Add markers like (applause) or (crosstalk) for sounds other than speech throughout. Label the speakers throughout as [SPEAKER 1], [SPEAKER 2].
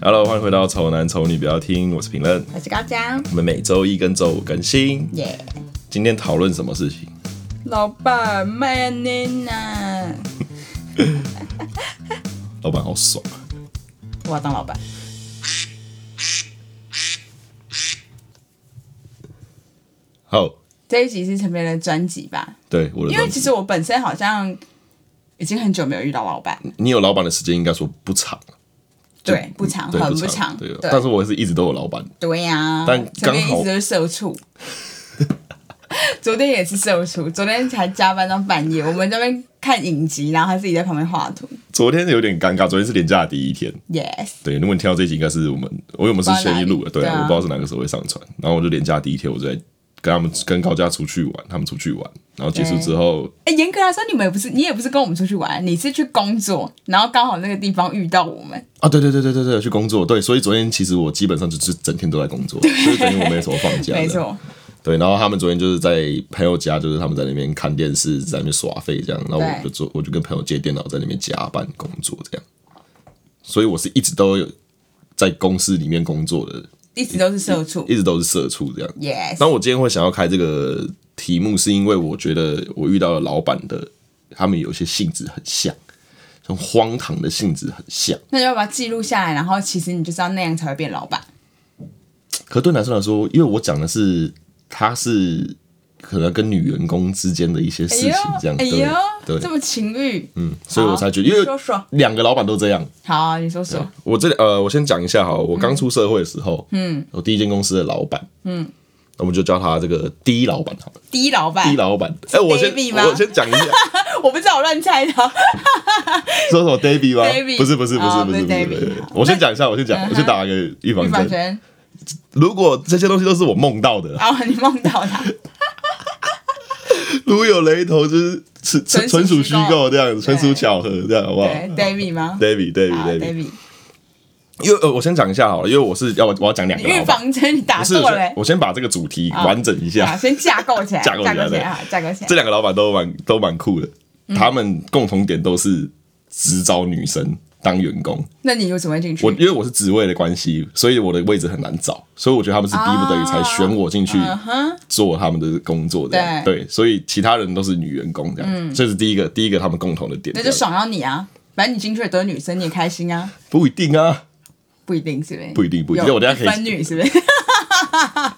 [SPEAKER 1] Hello，欢迎回到《丑男丑女》，不要听，我是评论。
[SPEAKER 2] 我是高江，
[SPEAKER 1] 我们每周一跟周五更新。
[SPEAKER 2] 耶、
[SPEAKER 1] 今天讨论什么事情？
[SPEAKER 2] 老板卖你呢？
[SPEAKER 1] 老板好爽啊！
[SPEAKER 2] 我要当老板。
[SPEAKER 1] 好，
[SPEAKER 2] 这一集是陈培仁的专辑吧？
[SPEAKER 1] 对我的
[SPEAKER 2] 因为
[SPEAKER 1] 专
[SPEAKER 2] 其
[SPEAKER 1] 辑，
[SPEAKER 2] 实我本身好像已经很久没有遇到老板，
[SPEAKER 1] 你有老板的时间应该说不长，
[SPEAKER 2] 对，不长，
[SPEAKER 1] 嗯对
[SPEAKER 2] 很
[SPEAKER 1] 不
[SPEAKER 2] 长，
[SPEAKER 1] 对
[SPEAKER 2] 对，，
[SPEAKER 1] 但是我是一直都有老板。
[SPEAKER 2] 对呀、
[SPEAKER 1] 但
[SPEAKER 2] 陈培仁
[SPEAKER 1] 刚好
[SPEAKER 2] 一直都是社畜。 (laughs) 昨天也是社畜，昨天才加班到半夜，我们这边看影集，然后他自己在旁边画图。
[SPEAKER 1] 昨天有点尴尬，昨天是连假的第一天。
[SPEAKER 2] Yes，
[SPEAKER 1] 对，如果你听到这一集，应该是我们，我因为我们是
[SPEAKER 2] 不知道
[SPEAKER 1] 先
[SPEAKER 2] 哪
[SPEAKER 1] 一
[SPEAKER 2] 里
[SPEAKER 1] 录的，对啊，
[SPEAKER 2] 对啊
[SPEAKER 1] 我不知道是哪个时候会上传。然后我就连假第一天，我就在跟他们跟高家出去玩，他们出去玩，然后结束之后，
[SPEAKER 2] 哎、严格来说，你们也不是，你也不是跟我们出去玩，你是去工作，然后刚好那个地方遇到我们。
[SPEAKER 1] 啊，对对对对对对，去工作，对，所以昨天其实我基本上就是整天都在工作，所以昨天我没什么放假，
[SPEAKER 2] 没，错，
[SPEAKER 1] 对。然后他们昨天就是在朋友家，就是他们在那边看电视，在那边耍废这样，然后我
[SPEAKER 2] 对
[SPEAKER 1] 就做，我就跟朋友借电脑在那边加班工作这样，所以我是一直都有在公司里面工作的，
[SPEAKER 2] 一直都是社畜。
[SPEAKER 1] 一直都是社畜这样。
[SPEAKER 2] Yes，
[SPEAKER 1] 那我今天会想要开这个题目，是因为我觉得我遇到的老板的，他们有些性质很像，很荒唐的性质很像。
[SPEAKER 2] 那就要把它记录下来，然后其实你就知道那样才会变老板。
[SPEAKER 1] 可对男生来说，因为我讲的是他是可能跟女员工之间的一些事
[SPEAKER 2] 哎
[SPEAKER 1] 情
[SPEAKER 2] 呦，
[SPEAKER 1] 这样，
[SPEAKER 2] 哎
[SPEAKER 1] 对
[SPEAKER 2] 呦，这
[SPEAKER 1] 对，
[SPEAKER 2] 么情欲，嗯，
[SPEAKER 1] 所以我才觉得，因
[SPEAKER 2] 说
[SPEAKER 1] 为
[SPEAKER 2] 说，
[SPEAKER 1] 两个老板都这样。
[SPEAKER 2] 好，你说说，
[SPEAKER 1] 我这里呃，我先讲一下哈，我刚出社会的时候，嗯，我第一间公司的老板，嗯，我们就叫他这个 D 老板好了
[SPEAKER 2] 第一老板
[SPEAKER 1] ，D，老板。哎，我先
[SPEAKER 2] David 吗
[SPEAKER 1] 我先讲一下，
[SPEAKER 2] 我不知道，我乱猜的，
[SPEAKER 1] 说什么 David 吗
[SPEAKER 2] David？
[SPEAKER 1] 不是不是不是
[SPEAKER 2] 哦
[SPEAKER 1] 不是
[SPEAKER 2] 不是
[SPEAKER 1] 不是不
[SPEAKER 2] David
[SPEAKER 1] 是，我先讲一下，我先讲，我先打个预防
[SPEAKER 2] 预防
[SPEAKER 1] 针。
[SPEAKER 2] 针，
[SPEAKER 1] 如果这些东西都是我梦到的，
[SPEAKER 2] 然啊后你梦到
[SPEAKER 1] (laughs)
[SPEAKER 2] 他，
[SPEAKER 1] 如有雷同，就是是纯纯
[SPEAKER 2] 纯
[SPEAKER 1] 属
[SPEAKER 2] 属
[SPEAKER 1] 虚
[SPEAKER 2] 虚
[SPEAKER 1] 构
[SPEAKER 2] 构
[SPEAKER 1] 这样，纯属巧合这样，好不好
[SPEAKER 2] 对，David 吗啊
[SPEAKER 1] ？David David David，
[SPEAKER 2] ？David，
[SPEAKER 1] 因为呃，我先讲一下好了，因为我是要我要讲两
[SPEAKER 2] 你
[SPEAKER 1] 个
[SPEAKER 2] 预
[SPEAKER 1] 老板，
[SPEAKER 2] 防针你打
[SPEAKER 1] 不是，
[SPEAKER 2] 错
[SPEAKER 1] 我
[SPEAKER 2] 了
[SPEAKER 1] 先
[SPEAKER 2] 欸，
[SPEAKER 1] 我先把这个主题完整一
[SPEAKER 2] 好
[SPEAKER 1] 下。
[SPEAKER 2] 先架构起
[SPEAKER 1] (laughs)
[SPEAKER 2] 来，
[SPEAKER 1] 架构起来
[SPEAKER 2] 起
[SPEAKER 1] 对
[SPEAKER 2] 来啊，架构起来
[SPEAKER 1] 这，两个老板都蛮都蛮酷的，
[SPEAKER 2] 嗯
[SPEAKER 1] 他们共同点都是只招女生当员工。
[SPEAKER 2] 那你又怎么会进去
[SPEAKER 1] 我？因为我是职位的关系，所以我的位置很难找，所以我觉得他们是逼不得已才选我进去
[SPEAKER 2] 嗯哼，
[SPEAKER 1] 做他们的工作这样。
[SPEAKER 2] 对嗯
[SPEAKER 1] 对，所以其他人都是女员工这样，这是第一个第一个他们共同的点。
[SPEAKER 2] 那
[SPEAKER 1] 这
[SPEAKER 2] 就
[SPEAKER 1] 样
[SPEAKER 2] 爽到你啊，反正你进去的都是女生，你也开心啊，
[SPEAKER 1] 不一定啊。
[SPEAKER 2] 不一定是不是？
[SPEAKER 1] 不一定不一定
[SPEAKER 2] 有
[SPEAKER 1] 我等一下可以
[SPEAKER 2] 分女是不是？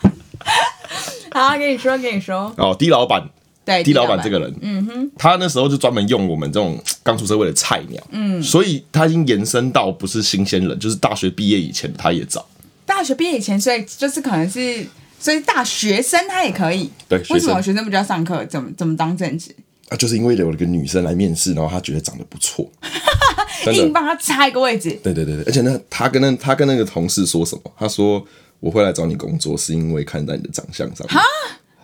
[SPEAKER 2] (laughs) 好，跟你说，跟你说，
[SPEAKER 1] 哦，低老板，
[SPEAKER 2] 对，
[SPEAKER 1] 低老板这个人，嗯哼，他那时候就专门用我们这种刚出社会的菜鸟，嗯，所以他已经延伸到不是新鲜人，就是大学毕业以前他也找，
[SPEAKER 2] 大学毕业以前，所以就是可能是，所以大学生他也可以。
[SPEAKER 1] 对学
[SPEAKER 2] 为什
[SPEAKER 1] 生
[SPEAKER 2] 么学生不就要上课？怎么怎么当正职？
[SPEAKER 1] 啊，就是因为有一个女生来面试，然后他觉得长得不
[SPEAKER 2] (laughs)
[SPEAKER 1] 错，真
[SPEAKER 2] 硬
[SPEAKER 1] 的，
[SPEAKER 2] 帮他插一个位置，
[SPEAKER 1] 对对对对，而且呢，他跟那他跟那个同事说什么？他说我会来找你工作是因为看在你的长相上面，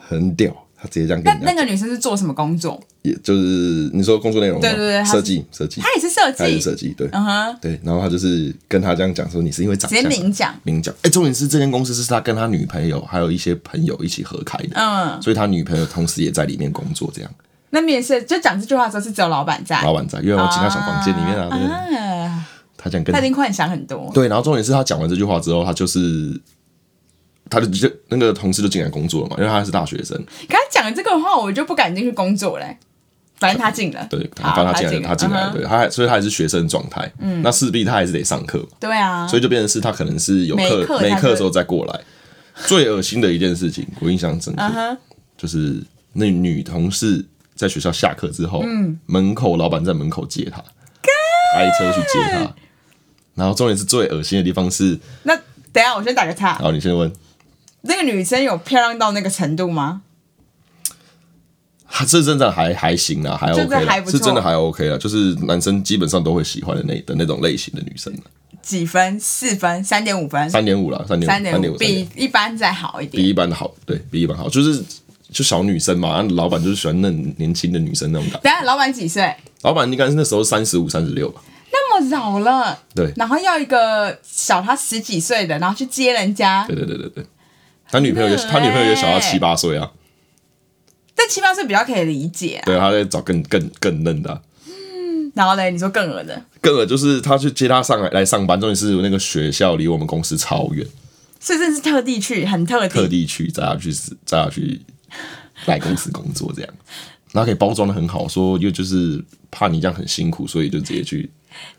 [SPEAKER 1] 很屌，他直接这样跟
[SPEAKER 2] 但
[SPEAKER 1] 人
[SPEAKER 2] 那
[SPEAKER 1] 家，
[SPEAKER 2] 个女生是做什么工作？
[SPEAKER 1] 也就是你说工作内容吗，
[SPEAKER 2] 对对对她是
[SPEAKER 1] 设计设计，
[SPEAKER 2] 她也是设计
[SPEAKER 1] 他也是设计，对，
[SPEAKER 2] 嗯哼，
[SPEAKER 1] 对，然后他就是跟他这样讲说，你是因为长
[SPEAKER 2] 直接
[SPEAKER 1] 相
[SPEAKER 2] 明讲。
[SPEAKER 1] 明讲。哎、重点是这间公司是他跟他女朋友还有一些朋友一起合开的，
[SPEAKER 2] 嗯，
[SPEAKER 1] 所以他女朋友同时也在里面工作，这样
[SPEAKER 2] 那面试就讲这句话的时候是只有老板在。
[SPEAKER 1] 老板在，因为我请他小房间里面啊，对
[SPEAKER 2] 啊，
[SPEAKER 1] 他这样跟
[SPEAKER 2] 他一定幻想很多。
[SPEAKER 1] 对，然后重点是他讲完这句话之后，他就是。他就就那个同事就进来工作了嘛，因为他是大学生，
[SPEAKER 2] 可他讲这个话，我就不敢进去工作嘞、反正他进了，
[SPEAKER 1] 对，他
[SPEAKER 2] 好
[SPEAKER 1] 反正他进来了，他进来
[SPEAKER 2] 嗯
[SPEAKER 1] 了，
[SPEAKER 2] 哼
[SPEAKER 1] 对，他还所以他还是学生状态，嗯，那势必他还是得上课嘛，
[SPEAKER 2] 对啊，
[SPEAKER 1] 所以就变成是他可能是有
[SPEAKER 2] 没
[SPEAKER 1] 课
[SPEAKER 2] 课
[SPEAKER 1] 没
[SPEAKER 2] 他
[SPEAKER 1] 课
[SPEAKER 2] 就
[SPEAKER 1] 的时候再过来。最恶心的一件事情，我印象深刻
[SPEAKER 2] 嗯
[SPEAKER 1] 就是那女同事在学校下课之后，
[SPEAKER 2] 嗯
[SPEAKER 1] 门口老板在门口接她，开车去接她。然后重点是最恶心的地方是，
[SPEAKER 2] 那等一下我先打个岔，
[SPEAKER 1] 好，你先问，
[SPEAKER 2] 那个女生有漂亮到那个程度吗？
[SPEAKER 1] 她这真的还还行啊，还
[SPEAKER 2] 真
[SPEAKER 1] OK
[SPEAKER 2] 的还
[SPEAKER 1] 啦，
[SPEAKER 2] 不
[SPEAKER 1] 是
[SPEAKER 2] 错
[SPEAKER 1] 真的还 OK 啦，就是男生基本上都会喜欢的那的那种类型的女生，
[SPEAKER 2] 几分？四分？三点五分？
[SPEAKER 1] 三点五啦，三点
[SPEAKER 2] 三
[SPEAKER 1] 五，三
[SPEAKER 2] 点
[SPEAKER 1] 点
[SPEAKER 2] 五，
[SPEAKER 1] 五，3.5
[SPEAKER 2] 比一般再好一
[SPEAKER 1] 比
[SPEAKER 2] 点。
[SPEAKER 1] 一般的好，对比一般好，就是就小女生嘛，然啊后老板就是喜欢那种年轻的女生那种感觉。
[SPEAKER 2] 等一下老板几岁？
[SPEAKER 1] 老板应该是那时候三十五、三十六吧？
[SPEAKER 2] 那么老了，
[SPEAKER 1] 对，
[SPEAKER 2] 然后要一个小他十几岁的，然后去接人家，
[SPEAKER 1] 对对对对对。他女朋友也，
[SPEAKER 2] 很热
[SPEAKER 1] 他女朋友也小他
[SPEAKER 2] 欸
[SPEAKER 1] 七八岁啊，
[SPEAKER 2] 但七八岁比较可以理解啊、
[SPEAKER 1] 对，他在找更更更嫩的啊、
[SPEAKER 2] 然后嘞，你说更恶的，
[SPEAKER 1] 更恶就是他去接他上来来上班，重点是那个学校离我们公司超远，
[SPEAKER 2] 所以这是特地去，很特
[SPEAKER 1] 特
[SPEAKER 2] 地。
[SPEAKER 1] 地去载他去载他去来公司工作这样，然后可以包装的很好，说又就是怕你这样很辛苦，所以就直接去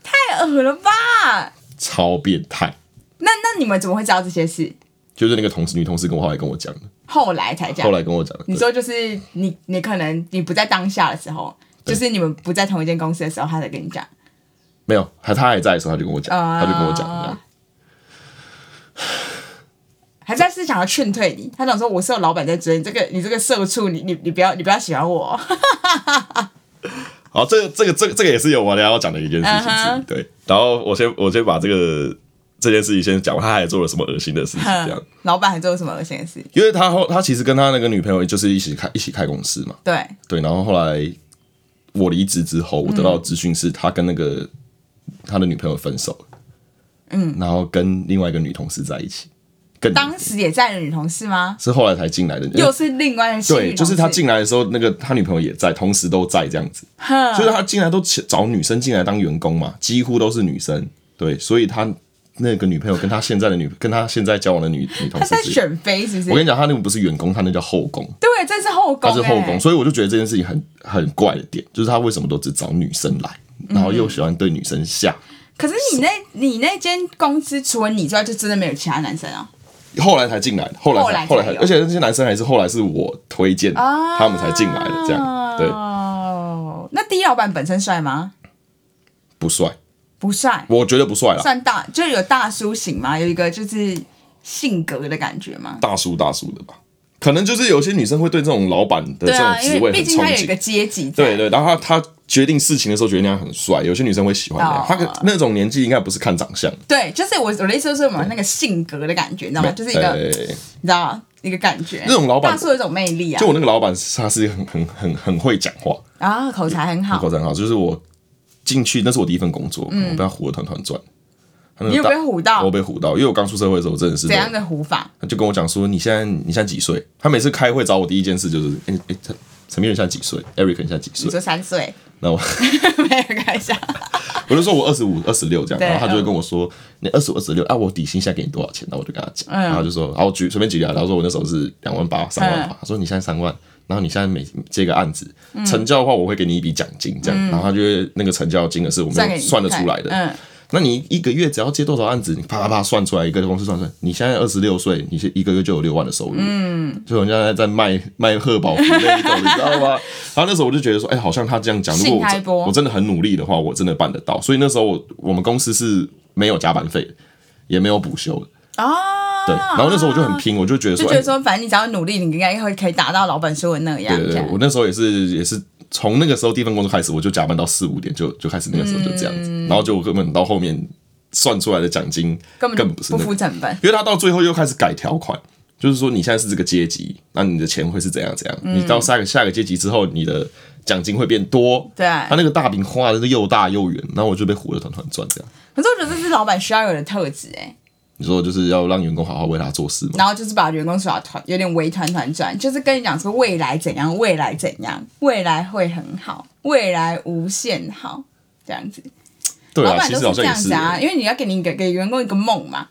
[SPEAKER 2] 太恶了吧？
[SPEAKER 1] 超变态，
[SPEAKER 2] 那那你们怎么会知道这些事？
[SPEAKER 1] 就是那个同事女同事跟我后来跟我讲的，
[SPEAKER 2] 后来才讲
[SPEAKER 1] 后。来跟我讲的，
[SPEAKER 2] 你说就是你，你可能你不在当下的时候，就是你们不在同一间公司的时候，他才跟你讲。
[SPEAKER 1] 没有，他他还在的时候他就跟我讲，
[SPEAKER 2] 啊
[SPEAKER 1] 他就跟我讲这样，
[SPEAKER 2] 还在是想要劝退你，他想说我是有老板在追你，这个你这个社畜，你你你不要你不要喜欢我，
[SPEAKER 1] 好，这个这个这个这个也是有我要讲的一件事情
[SPEAKER 2] 嗯
[SPEAKER 1] 是
[SPEAKER 2] 哼
[SPEAKER 1] 对。然后我先我先把这个这件事情先讲完，他还做了什么恶心的事情 (laughs) 这样
[SPEAKER 2] 哼。老板还做什么恶心的事？
[SPEAKER 1] 因为他后他其实跟他那个女朋友就是一起开一起开公司嘛，
[SPEAKER 2] 对，
[SPEAKER 1] 对。然后后来我离职之后，我得到的资讯是他跟那个他的女朋友分手了，嗯，然后跟另外一个女同事在一起，跟
[SPEAKER 2] 当时也在的女同事吗？
[SPEAKER 1] 是后来才进来的，
[SPEAKER 2] 又是另外的新
[SPEAKER 1] 对，
[SPEAKER 2] 女
[SPEAKER 1] 就
[SPEAKER 2] 同事
[SPEAKER 1] 是他，进来的时候，那个他女朋友也在，同时都在这样子，所以他进来都找女生进来当员工嘛，几乎都是女生，对，所以他那个女朋友跟他现在的女， (laughs) 跟他现在交往的女女同
[SPEAKER 2] 他
[SPEAKER 1] 事
[SPEAKER 2] 在
[SPEAKER 1] 是，
[SPEAKER 2] 选妃是不
[SPEAKER 1] 我跟
[SPEAKER 2] 是？
[SPEAKER 1] 你讲，他那个不是员工，他那叫后宫，
[SPEAKER 2] 对，这是后宫、
[SPEAKER 1] 他
[SPEAKER 2] 欸，
[SPEAKER 1] 是后宫，所以我就觉得这件事情很很怪的点，就是他为什么都只找女生来，然后又喜欢对女生下，
[SPEAKER 2] 可是你那你那间公司除了你之外，就真的没有其他男生啊？
[SPEAKER 1] 后来才进来的，后来
[SPEAKER 2] 后来
[SPEAKER 1] 才
[SPEAKER 2] 才
[SPEAKER 1] 后来才，
[SPEAKER 2] 有
[SPEAKER 1] 而且那些男生还是后来是我推荐
[SPEAKER 2] 啊
[SPEAKER 1] 他们才进来的，这样对，
[SPEAKER 2] 哦，那 D 老板本身帅吗？
[SPEAKER 1] 不帅，
[SPEAKER 2] 不帅，
[SPEAKER 1] 我觉得不帅啦，
[SPEAKER 2] 算大，就是有大叔型吗？有一个就是性格的感觉吗？
[SPEAKER 1] 大叔大叔的吧。可能就是有些女生会对这种老板的
[SPEAKER 2] 对
[SPEAKER 1] 这种
[SPEAKER 2] 啊，因
[SPEAKER 1] 职
[SPEAKER 2] 为
[SPEAKER 1] 位
[SPEAKER 2] 毕
[SPEAKER 1] 很
[SPEAKER 2] 竟
[SPEAKER 1] 憧
[SPEAKER 2] 他有一
[SPEAKER 1] 憬，
[SPEAKER 2] 个阶级在。
[SPEAKER 1] 对对。然后他他决定事情的时候，觉得那样很帅，有些女生会喜欢那样
[SPEAKER 2] 哦。
[SPEAKER 1] 他可那种年纪应该不是看长相，
[SPEAKER 2] 对，就是我我的意思就是我们那个性格的感觉，你知道吗？啊就是一个
[SPEAKER 1] 对
[SPEAKER 2] 你知道一个感觉。
[SPEAKER 1] 那种老板
[SPEAKER 2] 大叔有一种魅力啊
[SPEAKER 1] 就，我那个老板，他是很很很很会讲话，
[SPEAKER 2] 然后口才很好
[SPEAKER 1] 口。才很好。就是我进去，那是我第一份工作，我被他唬得团团转。他那个
[SPEAKER 2] 嗯你有
[SPEAKER 1] 大
[SPEAKER 2] 被唬到
[SPEAKER 1] 我被唬到，因为我刚出社会的时候，我真的是
[SPEAKER 2] 怎样的唬法？
[SPEAKER 1] 他就跟我讲说，你现在你现在几岁？他每次开会找我第一件事就是，哎、哎，陈陈明仁现在几岁？Eric 你现在几
[SPEAKER 2] 你
[SPEAKER 1] 岁？
[SPEAKER 2] 说三岁？ (laughs)
[SPEAKER 1] 那我。
[SPEAKER 2] 没有开玩笑。
[SPEAKER 1] 我就说我二十五、二十六这样，
[SPEAKER 2] 对嗯
[SPEAKER 1] 然后他就会跟我说，你二十五、二十六啊，我底薪现在给你多少钱？然后我就跟他讲，
[SPEAKER 2] 嗯
[SPEAKER 1] 然后他就说，然后我举随便举例啊，然后说我那时候是两万八、三
[SPEAKER 2] 嗯
[SPEAKER 1] 万八，他说你现在三万，然后你现在每接个案子成交的话，我会给你一笔奖金这样，然后他就会那个成交金额是我
[SPEAKER 2] 嗯算给
[SPEAKER 1] 们
[SPEAKER 2] 你
[SPEAKER 1] 算得出来
[SPEAKER 2] 看
[SPEAKER 1] 的。
[SPEAKER 2] 嗯，
[SPEAKER 1] 那你一个月只要接多少案子，你啪啪啪算出来一个公司算出来，你现在二十六岁，你是一个月就有六万的收入，嗯，就人家在卖卖贺宝福那一种，你知道吗？然后那时候我就觉得说，哎、好像他这样讲，如果
[SPEAKER 2] 信开
[SPEAKER 1] 我
[SPEAKER 2] 播
[SPEAKER 1] 真我真的很努力的话，我真的办得到。所以那时候我我们公司是没有加班费的，也没有补休的，
[SPEAKER 2] 哦，
[SPEAKER 1] 对。然后那时候我就很拼，我就觉得
[SPEAKER 2] 就
[SPEAKER 1] 说，
[SPEAKER 2] 觉
[SPEAKER 1] 哎
[SPEAKER 2] 得，说，反正你只要努力，你应该会可以达到老板说的那样。
[SPEAKER 1] 对对
[SPEAKER 2] 这
[SPEAKER 1] 对
[SPEAKER 2] 样，
[SPEAKER 1] 我那时候也是也是从那个时候第一份工作开始，我就加班到四五点就就开始那个时候就这样子，
[SPEAKER 2] 嗯
[SPEAKER 1] 然后就我根本到后面算出来的奖金
[SPEAKER 2] 根本就
[SPEAKER 1] 不是那
[SPEAKER 2] 不
[SPEAKER 1] 个
[SPEAKER 2] 付成本。
[SPEAKER 1] 因为他到最后又开始改条款，就是说你现在是这个阶级，那你的钱会是怎样怎样？
[SPEAKER 2] 嗯
[SPEAKER 1] 你到下个下个阶级之后，你的奖金会变多。啊
[SPEAKER 2] 对啊
[SPEAKER 1] 他那个大饼画的是又大又圆，然后我就被唬得团团转这样。
[SPEAKER 2] 可是我觉得这是老板需要有的特质哎、
[SPEAKER 1] 你说就是要让员工好好为他做事嘛？
[SPEAKER 2] 然后就是把员工耍团，有点围团团转，就是跟你讲说未来怎样，未来怎样，未来会很好，未来无限好，这样子。
[SPEAKER 1] 对
[SPEAKER 2] 老
[SPEAKER 1] 啊，
[SPEAKER 2] 板
[SPEAKER 1] 其
[SPEAKER 2] 都
[SPEAKER 1] 实好
[SPEAKER 2] 这
[SPEAKER 1] 像也
[SPEAKER 2] 样
[SPEAKER 1] 是
[SPEAKER 2] 子。啊，因为你要给你给给员工一个梦嘛，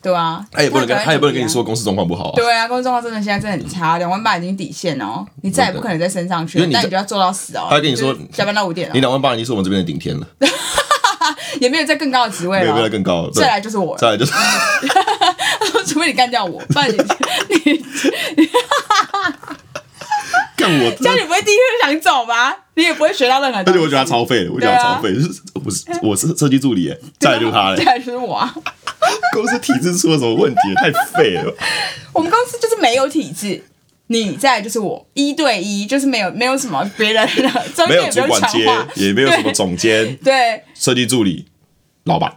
[SPEAKER 2] 对啊。
[SPEAKER 1] 哎他也不能跟
[SPEAKER 2] 那个
[SPEAKER 1] 他也不能跟你说公司状况不好啊，
[SPEAKER 2] 对啊，工作状况真的现在真的很差，两万八已经底线哦，你再也不可能再升上去
[SPEAKER 1] 嗯因为，
[SPEAKER 2] 了
[SPEAKER 1] 你
[SPEAKER 2] 但你就要做到死哦。
[SPEAKER 1] 他跟你说
[SPEAKER 2] 就是加班到五点
[SPEAKER 1] 你
[SPEAKER 2] 哦，
[SPEAKER 1] 两万八已经是我们这边的顶天了，
[SPEAKER 2] 也没有再更高的职位
[SPEAKER 1] 没有没有
[SPEAKER 2] 了。
[SPEAKER 1] 更高了。对
[SPEAKER 2] 啊再来就是我了， (laughs)
[SPEAKER 1] 再来就是 (laughs)
[SPEAKER 2] 除非你干掉我，不然你 (laughs) 你
[SPEAKER 1] 干我真
[SPEAKER 2] 这样
[SPEAKER 1] 的，
[SPEAKER 2] 你不会第一个想走吗？你也不会学到任何
[SPEAKER 1] 而
[SPEAKER 2] 东
[SPEAKER 1] 且
[SPEAKER 2] 西。
[SPEAKER 1] 我觉得他超废的，我觉得他超废，就是 (laughs) 我是我是设计助理耶，再来就是他
[SPEAKER 2] 再
[SPEAKER 1] 嘞，
[SPEAKER 2] 来就是我啊啊。
[SPEAKER 1] 公司体制出了什么问题？太废了。
[SPEAKER 2] 我们公司就是没有体制，你再来就是我一对一，就是没有没有什么别人的，
[SPEAKER 1] (laughs)
[SPEAKER 2] 中
[SPEAKER 1] 没
[SPEAKER 2] 间
[SPEAKER 1] 有
[SPEAKER 2] 也
[SPEAKER 1] 主
[SPEAKER 2] 不用
[SPEAKER 1] 管
[SPEAKER 2] 强
[SPEAKER 1] 接
[SPEAKER 2] 化，，
[SPEAKER 1] 也没有什么总
[SPEAKER 2] (laughs)
[SPEAKER 1] 监、
[SPEAKER 2] 对，
[SPEAKER 1] 设计助理、老板。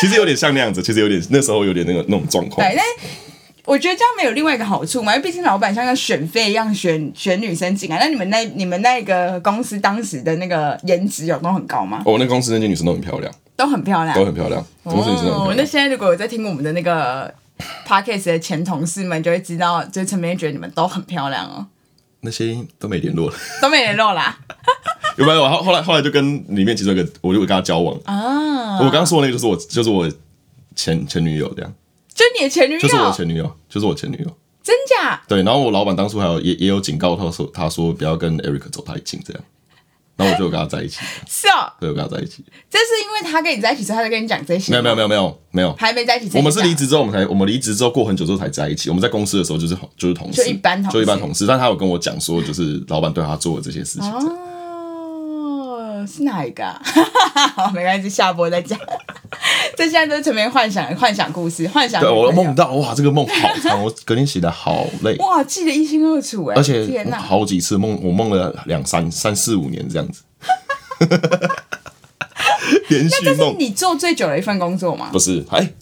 [SPEAKER 1] 其实有点像那样子，其实有点那时候有点那个那种状况
[SPEAKER 2] 对，。但我觉得这样没有另外一个好处嘛，因为毕竟老板像要选妃一样选选女生进来，那你们那你们那个公司当时的那个颜值有都很高吗？
[SPEAKER 1] 哦我、那公司那些女生都很漂亮，
[SPEAKER 2] 都很漂亮
[SPEAKER 1] 都。很漂亮，
[SPEAKER 2] 哦
[SPEAKER 1] 公司女生都很漂
[SPEAKER 2] 那
[SPEAKER 1] 亮。
[SPEAKER 2] 现在如果有在听我们的那个 podcast 的前同事们，就会知道，就是陈明觉得你们都很漂亮哦，
[SPEAKER 1] 那些都没联络了，
[SPEAKER 2] 都没联络啦。
[SPEAKER 1] 因有没有？后后来后来就跟里面其中一个，我就跟他交往。
[SPEAKER 2] 啊，
[SPEAKER 1] 我刚刚说的那个就是我，就是我前前女友这样，
[SPEAKER 2] 就你的前女友，
[SPEAKER 1] 就是我前女友，就是我前女友。
[SPEAKER 2] 真假？
[SPEAKER 1] 对，然后我老板当初还有也也有警告他说，他说不要跟 Eric 走太近这样。然后我就有跟他在一起，
[SPEAKER 2] 是哦，
[SPEAKER 1] 对，我跟他在一起。
[SPEAKER 2] 这是因为他跟你在一起，所以他在跟你讲这些。
[SPEAKER 1] 没有没有没
[SPEAKER 2] 有，
[SPEAKER 1] 有没有没有，
[SPEAKER 2] 还没在一起之前就
[SPEAKER 1] 我
[SPEAKER 2] 讲。
[SPEAKER 1] 们是离职之后，我们才我们离职之后过很久之后才在一起。我们在公司的时候就是好就是同事，
[SPEAKER 2] 就一般同事
[SPEAKER 1] 就一般同事。但他有跟我讲说，就是老板对他做的这些事情。
[SPEAKER 2] 哦，是哪一个、啊？ (laughs) 好，没关系，下播再讲。 (laughs) 这现在都是陈明幻想幻想故事，幻想。
[SPEAKER 1] 对，我的梦。到哇，这个梦好长，我 (laughs) 隔天起来好累，
[SPEAKER 2] 哇，记得一清二楚哎！
[SPEAKER 1] 而且
[SPEAKER 2] 天
[SPEAKER 1] 我
[SPEAKER 2] 哪，
[SPEAKER 1] 好几次梦，我梦了两三三四五年这样子， (laughs) 连续
[SPEAKER 2] 这是
[SPEAKER 1] 梦
[SPEAKER 2] 你做最久的一份工作吗
[SPEAKER 1] 不？是哎，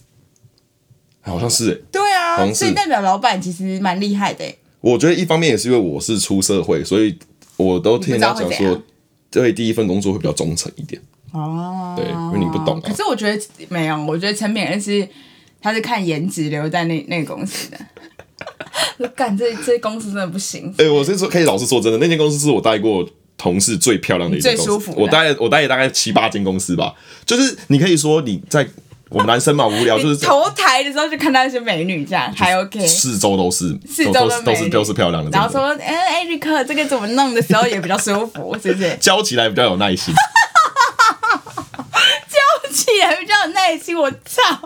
[SPEAKER 1] 好像是哎。
[SPEAKER 2] 对
[SPEAKER 1] 好
[SPEAKER 2] 啊，
[SPEAKER 1] 像是
[SPEAKER 2] 所以代表老板其实蛮厉害的欸。
[SPEAKER 1] 我觉得一方面也是因为我是出社会，所以我都听人家
[SPEAKER 2] 你
[SPEAKER 1] 讲
[SPEAKER 2] 不知道会怎
[SPEAKER 1] 说
[SPEAKER 2] 样，
[SPEAKER 1] 对第一份工作会比较忠诚一点。
[SPEAKER 2] 哦，
[SPEAKER 1] 对因为你不懂啊
[SPEAKER 2] 可是我觉得没有，我觉得陈敏是他是看颜值留在那那个公司的。我 (laughs) 干这这公司真的不行，
[SPEAKER 1] 哎、我是说，可以老实说真的，那间公司是我待过同事最漂亮的一间公司，
[SPEAKER 2] 最舒服的
[SPEAKER 1] 我待我待了大概七八间公司吧，就是你可以说你在我们男生嘛无聊，就
[SPEAKER 2] (laughs) 你
[SPEAKER 1] 是
[SPEAKER 2] 投台的时候就看到一些美女这样，还 OK。
[SPEAKER 1] 四周都是
[SPEAKER 2] 四周
[SPEAKER 1] 都
[SPEAKER 2] 都
[SPEAKER 1] 都
[SPEAKER 2] 是
[SPEAKER 1] 是都
[SPEAKER 2] 美
[SPEAKER 1] 是
[SPEAKER 2] 女
[SPEAKER 1] 都是漂亮的，
[SPEAKER 2] 然后
[SPEAKER 1] 真的
[SPEAKER 2] 说，哎、艾瑞克，这个怎么弄的时候也比较舒服，是 (laughs) 不是？
[SPEAKER 1] 教起来比较有耐心，
[SPEAKER 2] 叫起来比较有耐心，我操！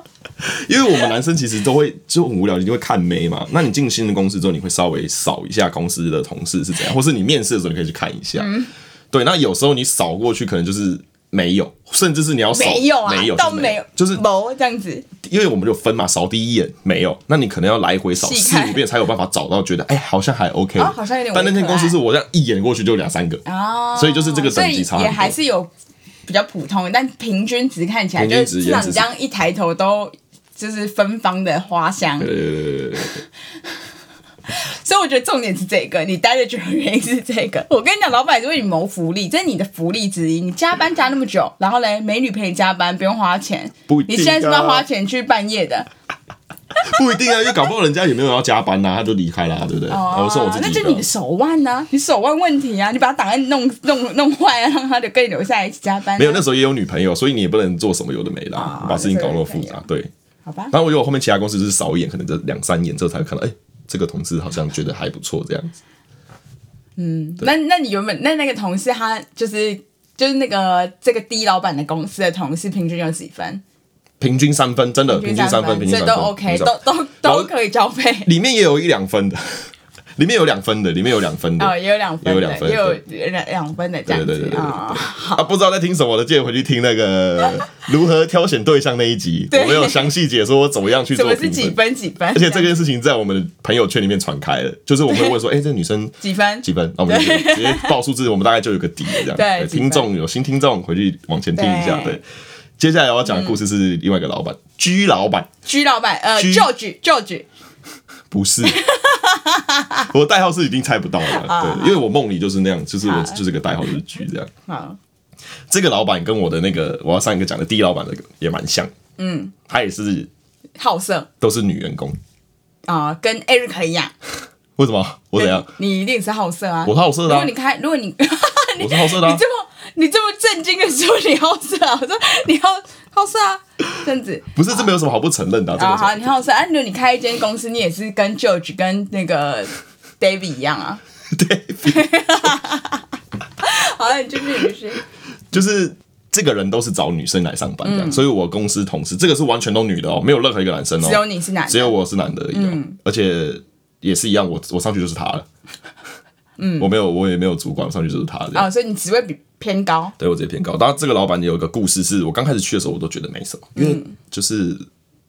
[SPEAKER 1] 因为我们男生其实都会就很无聊，你就会看妹嘛。那你进新的公司之后，你会稍微扫一下公司的同事是怎样，或是你面试的时候你可以去看一下。
[SPEAKER 2] 嗯
[SPEAKER 1] 对，那有时候你扫过去可能就是没有，甚至是你要扫
[SPEAKER 2] 没有啊，
[SPEAKER 1] 没有
[SPEAKER 2] 倒
[SPEAKER 1] 就是
[SPEAKER 2] 没有，
[SPEAKER 1] 就是
[SPEAKER 2] 某这样子，
[SPEAKER 1] 因为我们就分嘛，扫第一眼没有，那你可能要来回扫
[SPEAKER 2] 细
[SPEAKER 1] 四
[SPEAKER 2] 看
[SPEAKER 1] 五遍才有办法找到，觉得哎、好像还 OK，、
[SPEAKER 2] 哦好像有点
[SPEAKER 1] 但那间
[SPEAKER 2] 可爱
[SPEAKER 1] 公司是我这样一眼过去就两三个，
[SPEAKER 2] 哦，
[SPEAKER 1] 所以就是这个等级差很
[SPEAKER 2] 所以也
[SPEAKER 1] 多
[SPEAKER 2] 还是有比较普通的，但平均值看起来，
[SPEAKER 1] 平
[SPEAKER 2] 就是
[SPEAKER 1] 均值
[SPEAKER 2] 至少
[SPEAKER 1] 颜值
[SPEAKER 2] 你这样一抬头都就是芬芳的花香。
[SPEAKER 1] 对对对对对对
[SPEAKER 2] 所以我觉得重点是这个，你待的久的原因是这个。 (laughs) 我跟你讲，老板也是为你谋福利，这是你的福利之一。你加班加那么久，然后嘞，美女陪你加班不用花钱，
[SPEAKER 1] 不一定啊
[SPEAKER 2] 你现在是不是要花钱去半夜的？
[SPEAKER 1] 不一定啊，因为搞不好人家也没有要加班呐、他就离开啦、对不对？哦我说我自己
[SPEAKER 2] 哦那
[SPEAKER 1] 一个，
[SPEAKER 2] 就你的手腕呢、你手腕问题啊，你把档案弄弄弄坏啊，让他就跟你留下来一起加班啊、
[SPEAKER 1] 没有，那时候也有女朋友，所以你也不能做什么有的没的啊、
[SPEAKER 2] 哦
[SPEAKER 1] 把事情搞那么复杂。对，
[SPEAKER 2] 好吧？
[SPEAKER 1] 然后我觉得我后面其他公司就是扫一眼，可能这两三眼之后才会看到，哎、这个同事好像觉得还不错这样子。
[SPEAKER 2] 那那你原本那那个同事他就是就是那个这个 D 老板的公司的同事，平均有几分？
[SPEAKER 1] 平均三分，真的平均三分，呃平均
[SPEAKER 2] 所以
[SPEAKER 1] 三
[SPEAKER 2] 都
[SPEAKER 1] 分
[SPEAKER 2] OK，
[SPEAKER 1] 平均
[SPEAKER 2] 都
[SPEAKER 1] 三
[SPEAKER 2] 都
[SPEAKER 1] 然后
[SPEAKER 2] 都可以交配。
[SPEAKER 1] 里面也有一两分的，里面有两分的，里面 (laughs) 有两分的。
[SPEAKER 2] 哦，也有两分
[SPEAKER 1] 也有
[SPEAKER 2] 的
[SPEAKER 1] 两，分
[SPEAKER 2] 也有两两分的这样
[SPEAKER 1] 对对对
[SPEAKER 2] 子
[SPEAKER 1] 对对
[SPEAKER 2] 啊。
[SPEAKER 1] (laughs) 啊，不知道在听什么的，记得回去听那
[SPEAKER 2] (laughs)
[SPEAKER 1] 个如何挑选对象那一集，
[SPEAKER 2] 对
[SPEAKER 1] 我们有详细解说怎么样去
[SPEAKER 2] 怎
[SPEAKER 1] 做
[SPEAKER 2] 么
[SPEAKER 1] 评
[SPEAKER 2] (laughs)
[SPEAKER 1] 分。
[SPEAKER 2] 是几分几分？
[SPEAKER 1] 而且这件事情在我们朋友圈里面传开了，就是我们会
[SPEAKER 2] (laughs)
[SPEAKER 1] 问说，哎、这个女生
[SPEAKER 2] 几分
[SPEAKER 1] 几分？那我们就直接报数字，我们大概就有个底了这样。
[SPEAKER 2] 对几分
[SPEAKER 1] 听众有新听众回去往前听一下。
[SPEAKER 2] 对嗯
[SPEAKER 1] 对，接下来我要讲的故事是另外一个老板、居老板
[SPEAKER 2] 居老板呃
[SPEAKER 1] G
[SPEAKER 2] ，George George
[SPEAKER 1] 不
[SPEAKER 2] (laughs)
[SPEAKER 1] 是，我的代号是已经猜不到
[SPEAKER 2] 啊
[SPEAKER 1] 了。对，因为我梦里就是那样，就是我就是个代号就是居这样。
[SPEAKER 2] 好，
[SPEAKER 1] 这个老板跟我的那个我要上一个讲的第一老板那个也蛮像，嗯，他也是
[SPEAKER 2] 好色
[SPEAKER 1] 都是女员工，
[SPEAKER 2] 啊，跟 Eric 一样。
[SPEAKER 1] 为什么？我怎样？
[SPEAKER 2] 你一定是好色啊！
[SPEAKER 1] 我好色的
[SPEAKER 2] 如
[SPEAKER 1] 啊
[SPEAKER 2] 果你开，如果你你
[SPEAKER 1] 我是好色的啊
[SPEAKER 2] (laughs) 你这么你这么震惊的说你好色啊，我说你好好色啊，这样子
[SPEAKER 1] 不是，这没有什么好不承认的、啊，这没
[SPEAKER 2] 啊，
[SPEAKER 1] 有什么
[SPEAKER 2] 好，你好色啊！如果你开一间公司，你也是跟 George 跟那个 David 一样
[SPEAKER 1] (laughs)
[SPEAKER 2] 啊。David，好，你继续，你继续。
[SPEAKER 1] 就是这个人都是找女生来上班这
[SPEAKER 2] 嗯
[SPEAKER 1] 样，所以我公司同事这个是完全都女的哦，没有任何一个男生哦，
[SPEAKER 2] 只有你是男的，嗯
[SPEAKER 1] 只有我是男的而已、哦，而且也是一样，我我上去就是他了，嗯，我没有我也没有主管，我上去就是他这样。
[SPEAKER 2] 哦，所以你职位比偏高。
[SPEAKER 1] 对我直接偏高，当然这个老板有一个故事，是我刚开始去的时候我都觉得没什么，因为就是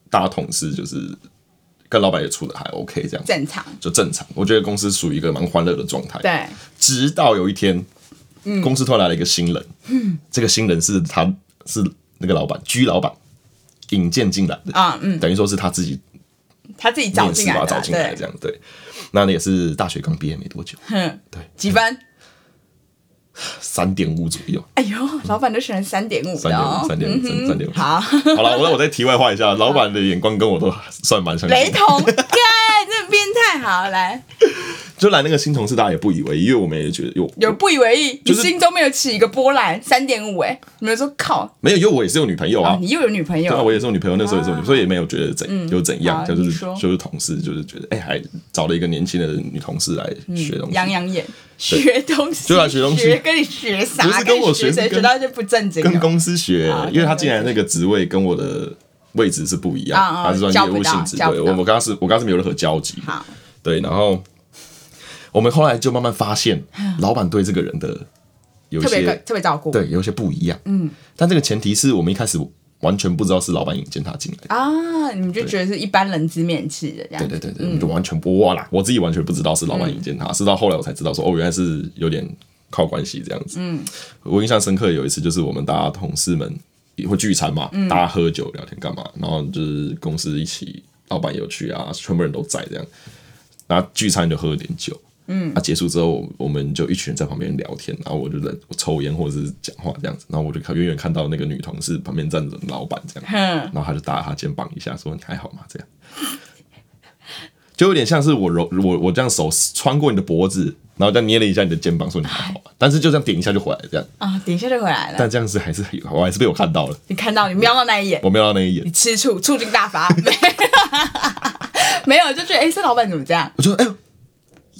[SPEAKER 1] 大家同事就是跟老板也处的还 OK 这样，
[SPEAKER 2] 正常，
[SPEAKER 1] 就正常。我觉得公司属于一个蛮欢乐的状态。
[SPEAKER 2] 对，
[SPEAKER 1] 直到有一天，公司突然来了一个新人，这个新人是他是那个老板居老板引荐进来的
[SPEAKER 2] 啊嗯
[SPEAKER 1] 等于说是他自己
[SPEAKER 2] 他自己找
[SPEAKER 1] 面
[SPEAKER 2] 进
[SPEAKER 1] 试
[SPEAKER 2] 来的
[SPEAKER 1] 把
[SPEAKER 2] 啊，
[SPEAKER 1] 他找进来
[SPEAKER 2] 对
[SPEAKER 1] 这样对。那也是大学刚毕业没多久，
[SPEAKER 2] 哼，
[SPEAKER 1] 对，
[SPEAKER 2] 几分？
[SPEAKER 1] 三点五左右。
[SPEAKER 2] 哎呦，老板都选了三点五的哦，
[SPEAKER 1] 3.5 3.5
[SPEAKER 2] 嗯哼
[SPEAKER 1] 3.5 (laughs)
[SPEAKER 2] 好，
[SPEAKER 1] 好了，我我再题外话一下，老板的眼光跟我都算蛮相
[SPEAKER 2] (laughs) 雷
[SPEAKER 1] 近。
[SPEAKER 2] 同，干，这变态，好来，
[SPEAKER 1] 就来那个新同事，大家也不以为意，因为我们也觉得有
[SPEAKER 2] 有不以为意，
[SPEAKER 1] 就是
[SPEAKER 2] 你心中没有起一个波澜，三点五哎，你们说靠
[SPEAKER 1] 没有，因为我也是有女朋友
[SPEAKER 2] 啊
[SPEAKER 1] 啊，，
[SPEAKER 2] 你又有女朋
[SPEAKER 1] 对啊，
[SPEAKER 2] 友，
[SPEAKER 1] 我也是有女朋友，那时候也是有女，所以也没有觉得怎、有怎样，
[SPEAKER 2] 好
[SPEAKER 1] 就是
[SPEAKER 2] 你说
[SPEAKER 1] 就是同事就是觉得哎、还找了一个年轻的女同事来学东西，
[SPEAKER 2] 嗯养养眼，学东西，
[SPEAKER 1] 就来学东西
[SPEAKER 2] 学跟你学啥？
[SPEAKER 1] 不是跟我学
[SPEAKER 2] 学谁
[SPEAKER 1] 是
[SPEAKER 2] 学
[SPEAKER 1] 跟
[SPEAKER 2] 到就不正经
[SPEAKER 1] 跟
[SPEAKER 2] 了。
[SPEAKER 1] 公司学
[SPEAKER 2] 啊，
[SPEAKER 1] 因为他进来那个职位跟我的位置是不一样，
[SPEAKER 2] 啊啊
[SPEAKER 1] 他是算
[SPEAKER 2] 交
[SPEAKER 1] 业
[SPEAKER 2] 不
[SPEAKER 1] 务
[SPEAKER 2] 到
[SPEAKER 1] 性质，
[SPEAKER 2] 交不
[SPEAKER 1] 对
[SPEAKER 2] 到
[SPEAKER 1] 我我跟他是我跟他是没有任何交集的，
[SPEAKER 2] 好，
[SPEAKER 1] 对，然后我们后来就慢慢发现，老板对这个人的有一
[SPEAKER 2] 嗯特别
[SPEAKER 1] 些
[SPEAKER 2] 特别照顾，
[SPEAKER 1] 对有一些不一样，嗯，但这个前提是我们一开始完全不知道是老板引荐他进来的。
[SPEAKER 2] 啊，你们就觉得是一般人之面气的这样嗯
[SPEAKER 1] 对。对对对，我就完全不哇啦，我自己完全不知道是老板引荐他，是到后来我才知道说哦，原来是有点靠关系这样子。嗯，我印象深刻有一次就是我们大家同事们也会聚餐嘛，
[SPEAKER 2] 嗯
[SPEAKER 1] 大家喝酒聊天干嘛，然后就是公司一起，老板也有去啊，全部人都在这样，然后聚餐就喝了点酒。嗯，啊，结束之后，我我们就一群人在旁边聊天，然后我就在我抽烟或者是讲话这样子，然后我就看远远看到那个女同事旁边站着老板这样，
[SPEAKER 2] 哼，
[SPEAKER 1] 然后他就搭他肩膀一下，说：“你还好吗？”这样，就有点像是我揉我我这样手穿过你的脖子，然后再捏了一下你的肩膀，说：“你还好吗？”啊但是就这样点一下就回来了这样，
[SPEAKER 2] 啊，等一下就回来了。
[SPEAKER 1] 但这样是还是我还是被我看到了，
[SPEAKER 2] 你看到你瞄到那一眼，
[SPEAKER 1] 我瞄到那一眼
[SPEAKER 2] 你，吃醋，醋劲
[SPEAKER 1] (laughs)
[SPEAKER 2] 大发。 (laughs) 没有，就觉得哎、诶这老板怎么这样？
[SPEAKER 1] 我就哎呦，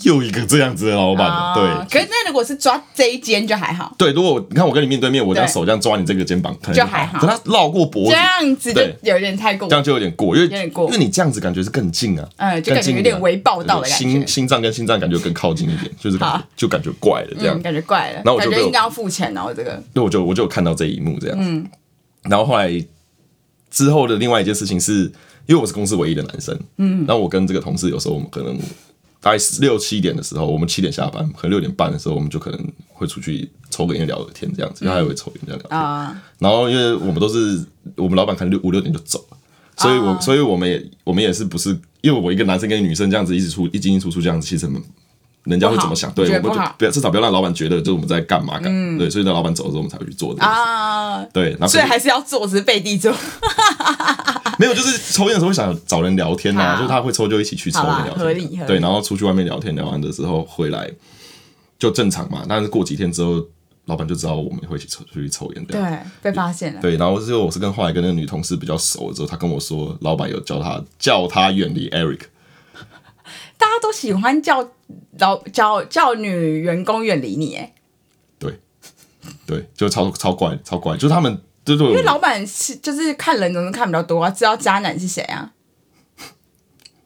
[SPEAKER 1] 又一个这样子的老板
[SPEAKER 2] 哦
[SPEAKER 1] 了，对。
[SPEAKER 2] 啊可是那如果是抓这一间就还好，
[SPEAKER 1] 对，如果我你看我跟你面对面，我这样
[SPEAKER 2] 对
[SPEAKER 1] 手这样抓你这个肩膀，可能
[SPEAKER 2] 就还好
[SPEAKER 1] 可他绕过脖
[SPEAKER 2] 这
[SPEAKER 1] 子，
[SPEAKER 2] 样子就
[SPEAKER 1] 对
[SPEAKER 2] 有点太过
[SPEAKER 1] 这。样就有点过，因为
[SPEAKER 2] 点过
[SPEAKER 1] 因为你这样子感觉是更近啊，
[SPEAKER 2] 嗯就感觉
[SPEAKER 1] 更近一
[SPEAKER 2] 有点微暴到的感觉
[SPEAKER 1] 对心心脏跟心脏感觉更靠近一点，就是感
[SPEAKER 2] 好
[SPEAKER 1] 觉就感觉怪了这样
[SPEAKER 2] 嗯，。感觉怪了，
[SPEAKER 1] 然后我
[SPEAKER 2] 感
[SPEAKER 1] 就
[SPEAKER 2] 觉
[SPEAKER 1] 被我
[SPEAKER 2] 应该要付钱哦，这个
[SPEAKER 1] 对，我就我就有看到这一幕这样。嗯，然后后来之后的另外一件事情是，因为我是公司唯一的男生，嗯，然后我跟这个同事有时候我们可能大概六七点的时候，我们七点下班，可能六点半的时候，我们就可能会出去抽根烟聊个天这样子，因为他也会抽烟这样聊天。
[SPEAKER 2] 嗯啊、
[SPEAKER 1] 然后因为我们都是我们老板可能六五六点就走了，所以我、
[SPEAKER 2] 啊
[SPEAKER 1] 所以我们也我们也是不是因为我一个男生跟一个女生这样子一直出一进进出出这样子，其实很人家会怎么想？
[SPEAKER 2] 不好
[SPEAKER 1] 对，我
[SPEAKER 2] 觉得
[SPEAKER 1] 们就
[SPEAKER 2] 不好
[SPEAKER 1] 不要至少不要让老板觉得就是我们在干嘛干、对，所以等老板走的时候我们才会去做的、
[SPEAKER 2] 嗯啊，
[SPEAKER 1] 对，然后
[SPEAKER 2] 所以还是要做，只是背地做。
[SPEAKER 1] 没有，就是抽烟的时候会想找人聊天呐、
[SPEAKER 2] 好啊
[SPEAKER 1] 就是他会抽就一起去抽
[SPEAKER 2] 好啦
[SPEAKER 1] 烟聊天，
[SPEAKER 2] 合理合理
[SPEAKER 1] 对，然后出去外面聊天，聊完的时候回来就正常嘛。但是过几天之后，老板就知道我们会一起抽出去抽烟这样
[SPEAKER 2] 对，啊被发现了。
[SPEAKER 1] 对，然后之后我是跟后来跟那个女同事比较熟了之后，她跟我说，老板有叫她叫她远离 Eric。
[SPEAKER 2] 大家都喜欢叫老叫叫女员工远离你，哎，
[SPEAKER 1] 对，对，就超超怪，超怪，就是他们就是
[SPEAKER 2] 因为
[SPEAKER 1] 我
[SPEAKER 2] 老板是就是看人总是看比较多啊，知道渣男是谁啊？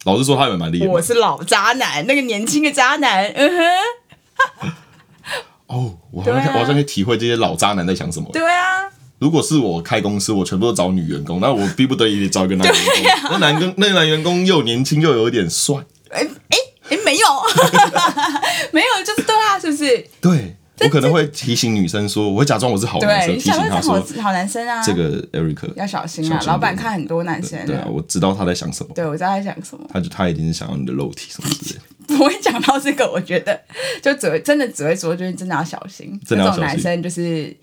[SPEAKER 1] 老实说，他们蛮厉害
[SPEAKER 2] 我
[SPEAKER 1] 的。
[SPEAKER 2] 是老渣男，那个年轻的渣男，嗯哼，
[SPEAKER 1] 哦，我好像、
[SPEAKER 2] 对啊
[SPEAKER 1] 我好像可以体会这些老渣男在想什么。
[SPEAKER 2] 对啊，
[SPEAKER 1] 如果是我开公司，我全部都找女员工，那我逼不得已得找一个男员
[SPEAKER 2] (laughs) 啊
[SPEAKER 1] 工。那男工那男员工又年轻又有一点帅，
[SPEAKER 2] 哎哎哎，没有， (laughs) 没有，就是对啊，是不是？
[SPEAKER 1] 对我可能会提醒女生说，我会假装我是好男
[SPEAKER 2] 对，
[SPEAKER 1] 生，
[SPEAKER 2] 你
[SPEAKER 1] 提
[SPEAKER 2] 想
[SPEAKER 1] 醒她
[SPEAKER 2] 到是好
[SPEAKER 1] 说
[SPEAKER 2] 好男生啊，
[SPEAKER 1] 这个 Eric
[SPEAKER 2] 要小心
[SPEAKER 1] 小
[SPEAKER 2] 啊，
[SPEAKER 1] 心
[SPEAKER 2] 老板
[SPEAKER 1] 一点
[SPEAKER 2] 看很多男生
[SPEAKER 1] 对啊，
[SPEAKER 2] 的。
[SPEAKER 1] 我知道他在想什么。
[SPEAKER 2] 对，我知道在想什么，
[SPEAKER 1] 他就他一定是想要你的肉体什么之类的，
[SPEAKER 2] 不会讲到这个。我觉得就只会真的只会说，就是真的要小心。
[SPEAKER 1] 真的要
[SPEAKER 2] 这种
[SPEAKER 1] 小
[SPEAKER 2] 男
[SPEAKER 1] 心
[SPEAKER 2] 生就是，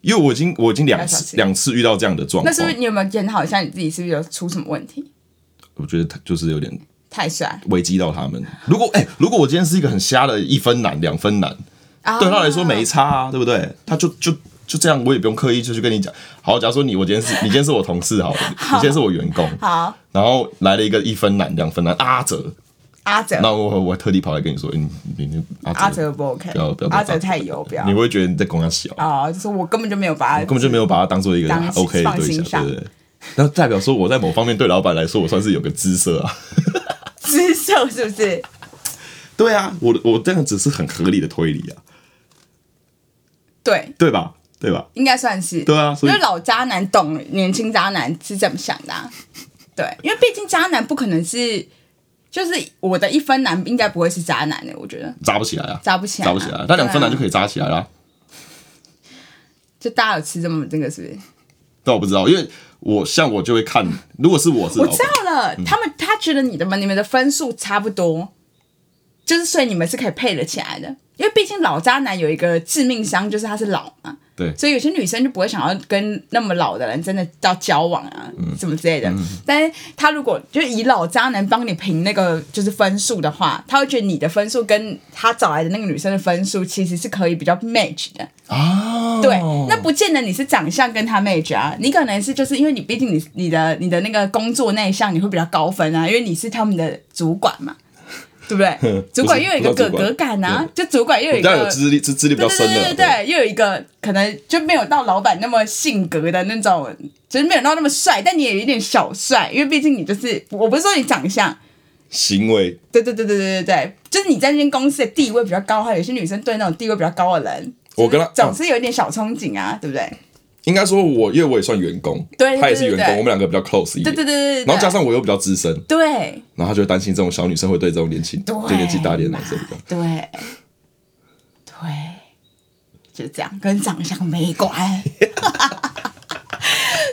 [SPEAKER 1] 因为我已经我已经两
[SPEAKER 2] 要小
[SPEAKER 1] 次
[SPEAKER 2] 心
[SPEAKER 1] 两次遇到这样的状
[SPEAKER 2] 那是不是
[SPEAKER 1] 况，
[SPEAKER 2] 你有没有检讨一下你自己，是不是有出什么问题？
[SPEAKER 1] 我觉得他就是有点
[SPEAKER 2] 太帅
[SPEAKER 1] 危机到他们。如果哎、如果我今天是一个很瞎的一分男、两分男，
[SPEAKER 2] 啊！
[SPEAKER 1] 对他来说没差啊，对不对？他就就就这样，我也不用刻意就去跟你讲。好，假如说你我今 (laughs) 天是你今天是我同事好了，你今天是我员工，
[SPEAKER 2] 好，
[SPEAKER 1] 然后来了一个一分男、两分男阿哲，
[SPEAKER 2] 阿哲，
[SPEAKER 1] 那我我特地跑来跟你说，哎你你你
[SPEAKER 2] 阿
[SPEAKER 1] 阿哲，
[SPEAKER 2] 哲不 OK，
[SPEAKER 1] 不啊要不要
[SPEAKER 2] 阿哲太油，不要
[SPEAKER 1] 你会觉得你在跟他小，
[SPEAKER 2] 啊！就是我根本就没有把他
[SPEAKER 1] 根本就没有把他当做一个啊
[SPEAKER 2] 当
[SPEAKER 1] OK 的
[SPEAKER 2] 放
[SPEAKER 1] 对
[SPEAKER 2] 心
[SPEAKER 1] 象，
[SPEAKER 2] 上
[SPEAKER 1] 对不对？那代表说我在某方面对老板来说，我算是有个姿色啊。
[SPEAKER 2] 姿色，是不是？
[SPEAKER 1] 对啊，我我这样只是很合理的推理啊，
[SPEAKER 2] 对，
[SPEAKER 1] 对吧？对吧？
[SPEAKER 2] 应该算是
[SPEAKER 1] 对啊所
[SPEAKER 2] 因
[SPEAKER 1] 以
[SPEAKER 2] 为老渣男懂年轻渣男是这么想的、啊，对，因为毕竟渣男不可能是，就是我的一分男应该不会是渣男的、我觉得
[SPEAKER 1] 扎不起来啊，
[SPEAKER 2] 渣不起来、
[SPEAKER 1] 扎不起来啊，但两分男就
[SPEAKER 2] 以、
[SPEAKER 1] 可以扎起来啦、
[SPEAKER 2] 就大家有吃这么这个是不是？
[SPEAKER 1] 但我不知道，因为我像我就会看，如果是我是
[SPEAKER 2] 我
[SPEAKER 1] 老
[SPEAKER 2] 知
[SPEAKER 1] 板，
[SPEAKER 2] 道了，他们他觉得你的嘛，你们的分数差不多，就是所以你们是可以配得起来的，因为毕竟老渣男有一个致命伤，就是他是老嘛，
[SPEAKER 1] 对
[SPEAKER 2] 所以有些女生就不会想要跟那么老的人真的到交往啊，什么之类的。但是她如果就是以老渣男帮你评那个就是分数的话，他会觉得你的分数跟他找来的那个女生的分数其实是可以比较 match 的。
[SPEAKER 1] 啊，
[SPEAKER 2] 对，那不见得你是长相跟他 match 啊，你可能是就是因为你毕竟你你的你的那个工作那一项你会比较高分啊，因为你是他们的主管嘛，对不
[SPEAKER 1] (laughs)
[SPEAKER 2] 对？主管又有一个
[SPEAKER 1] 不是
[SPEAKER 2] 哥
[SPEAKER 1] 不到
[SPEAKER 2] 哥
[SPEAKER 1] 主管
[SPEAKER 2] 感啊，就主管又有
[SPEAKER 1] 比
[SPEAKER 2] 一个
[SPEAKER 1] 较有资历，资资历比较深的，
[SPEAKER 2] 对对对对，又有一个可能就没有到老板那么性格的那种，就是没有到那么帅，但你也有一点小帅，因为毕竟你就是，我不是说你长相，
[SPEAKER 1] 行为
[SPEAKER 2] 对对对对对对对，就是你在那间公司的地位比较高，还有些女生对那种地位比较高的人，
[SPEAKER 1] 我跟他啊
[SPEAKER 2] 就是总是有一点小憧憬啊，对不对？
[SPEAKER 1] 应该说我，因为我也算员工，
[SPEAKER 2] 对对
[SPEAKER 1] 他也是员
[SPEAKER 2] 对对
[SPEAKER 1] 工，我们两个比较 close 一点，
[SPEAKER 2] 对对对对对对，
[SPEAKER 1] 然后加上我又比较资深，
[SPEAKER 2] 对
[SPEAKER 1] 然后他就会担心这种小女生会对这种年轻、
[SPEAKER 2] 对啊
[SPEAKER 1] 对年纪大一点的男生不
[SPEAKER 2] 对对，就这样，跟长相没关。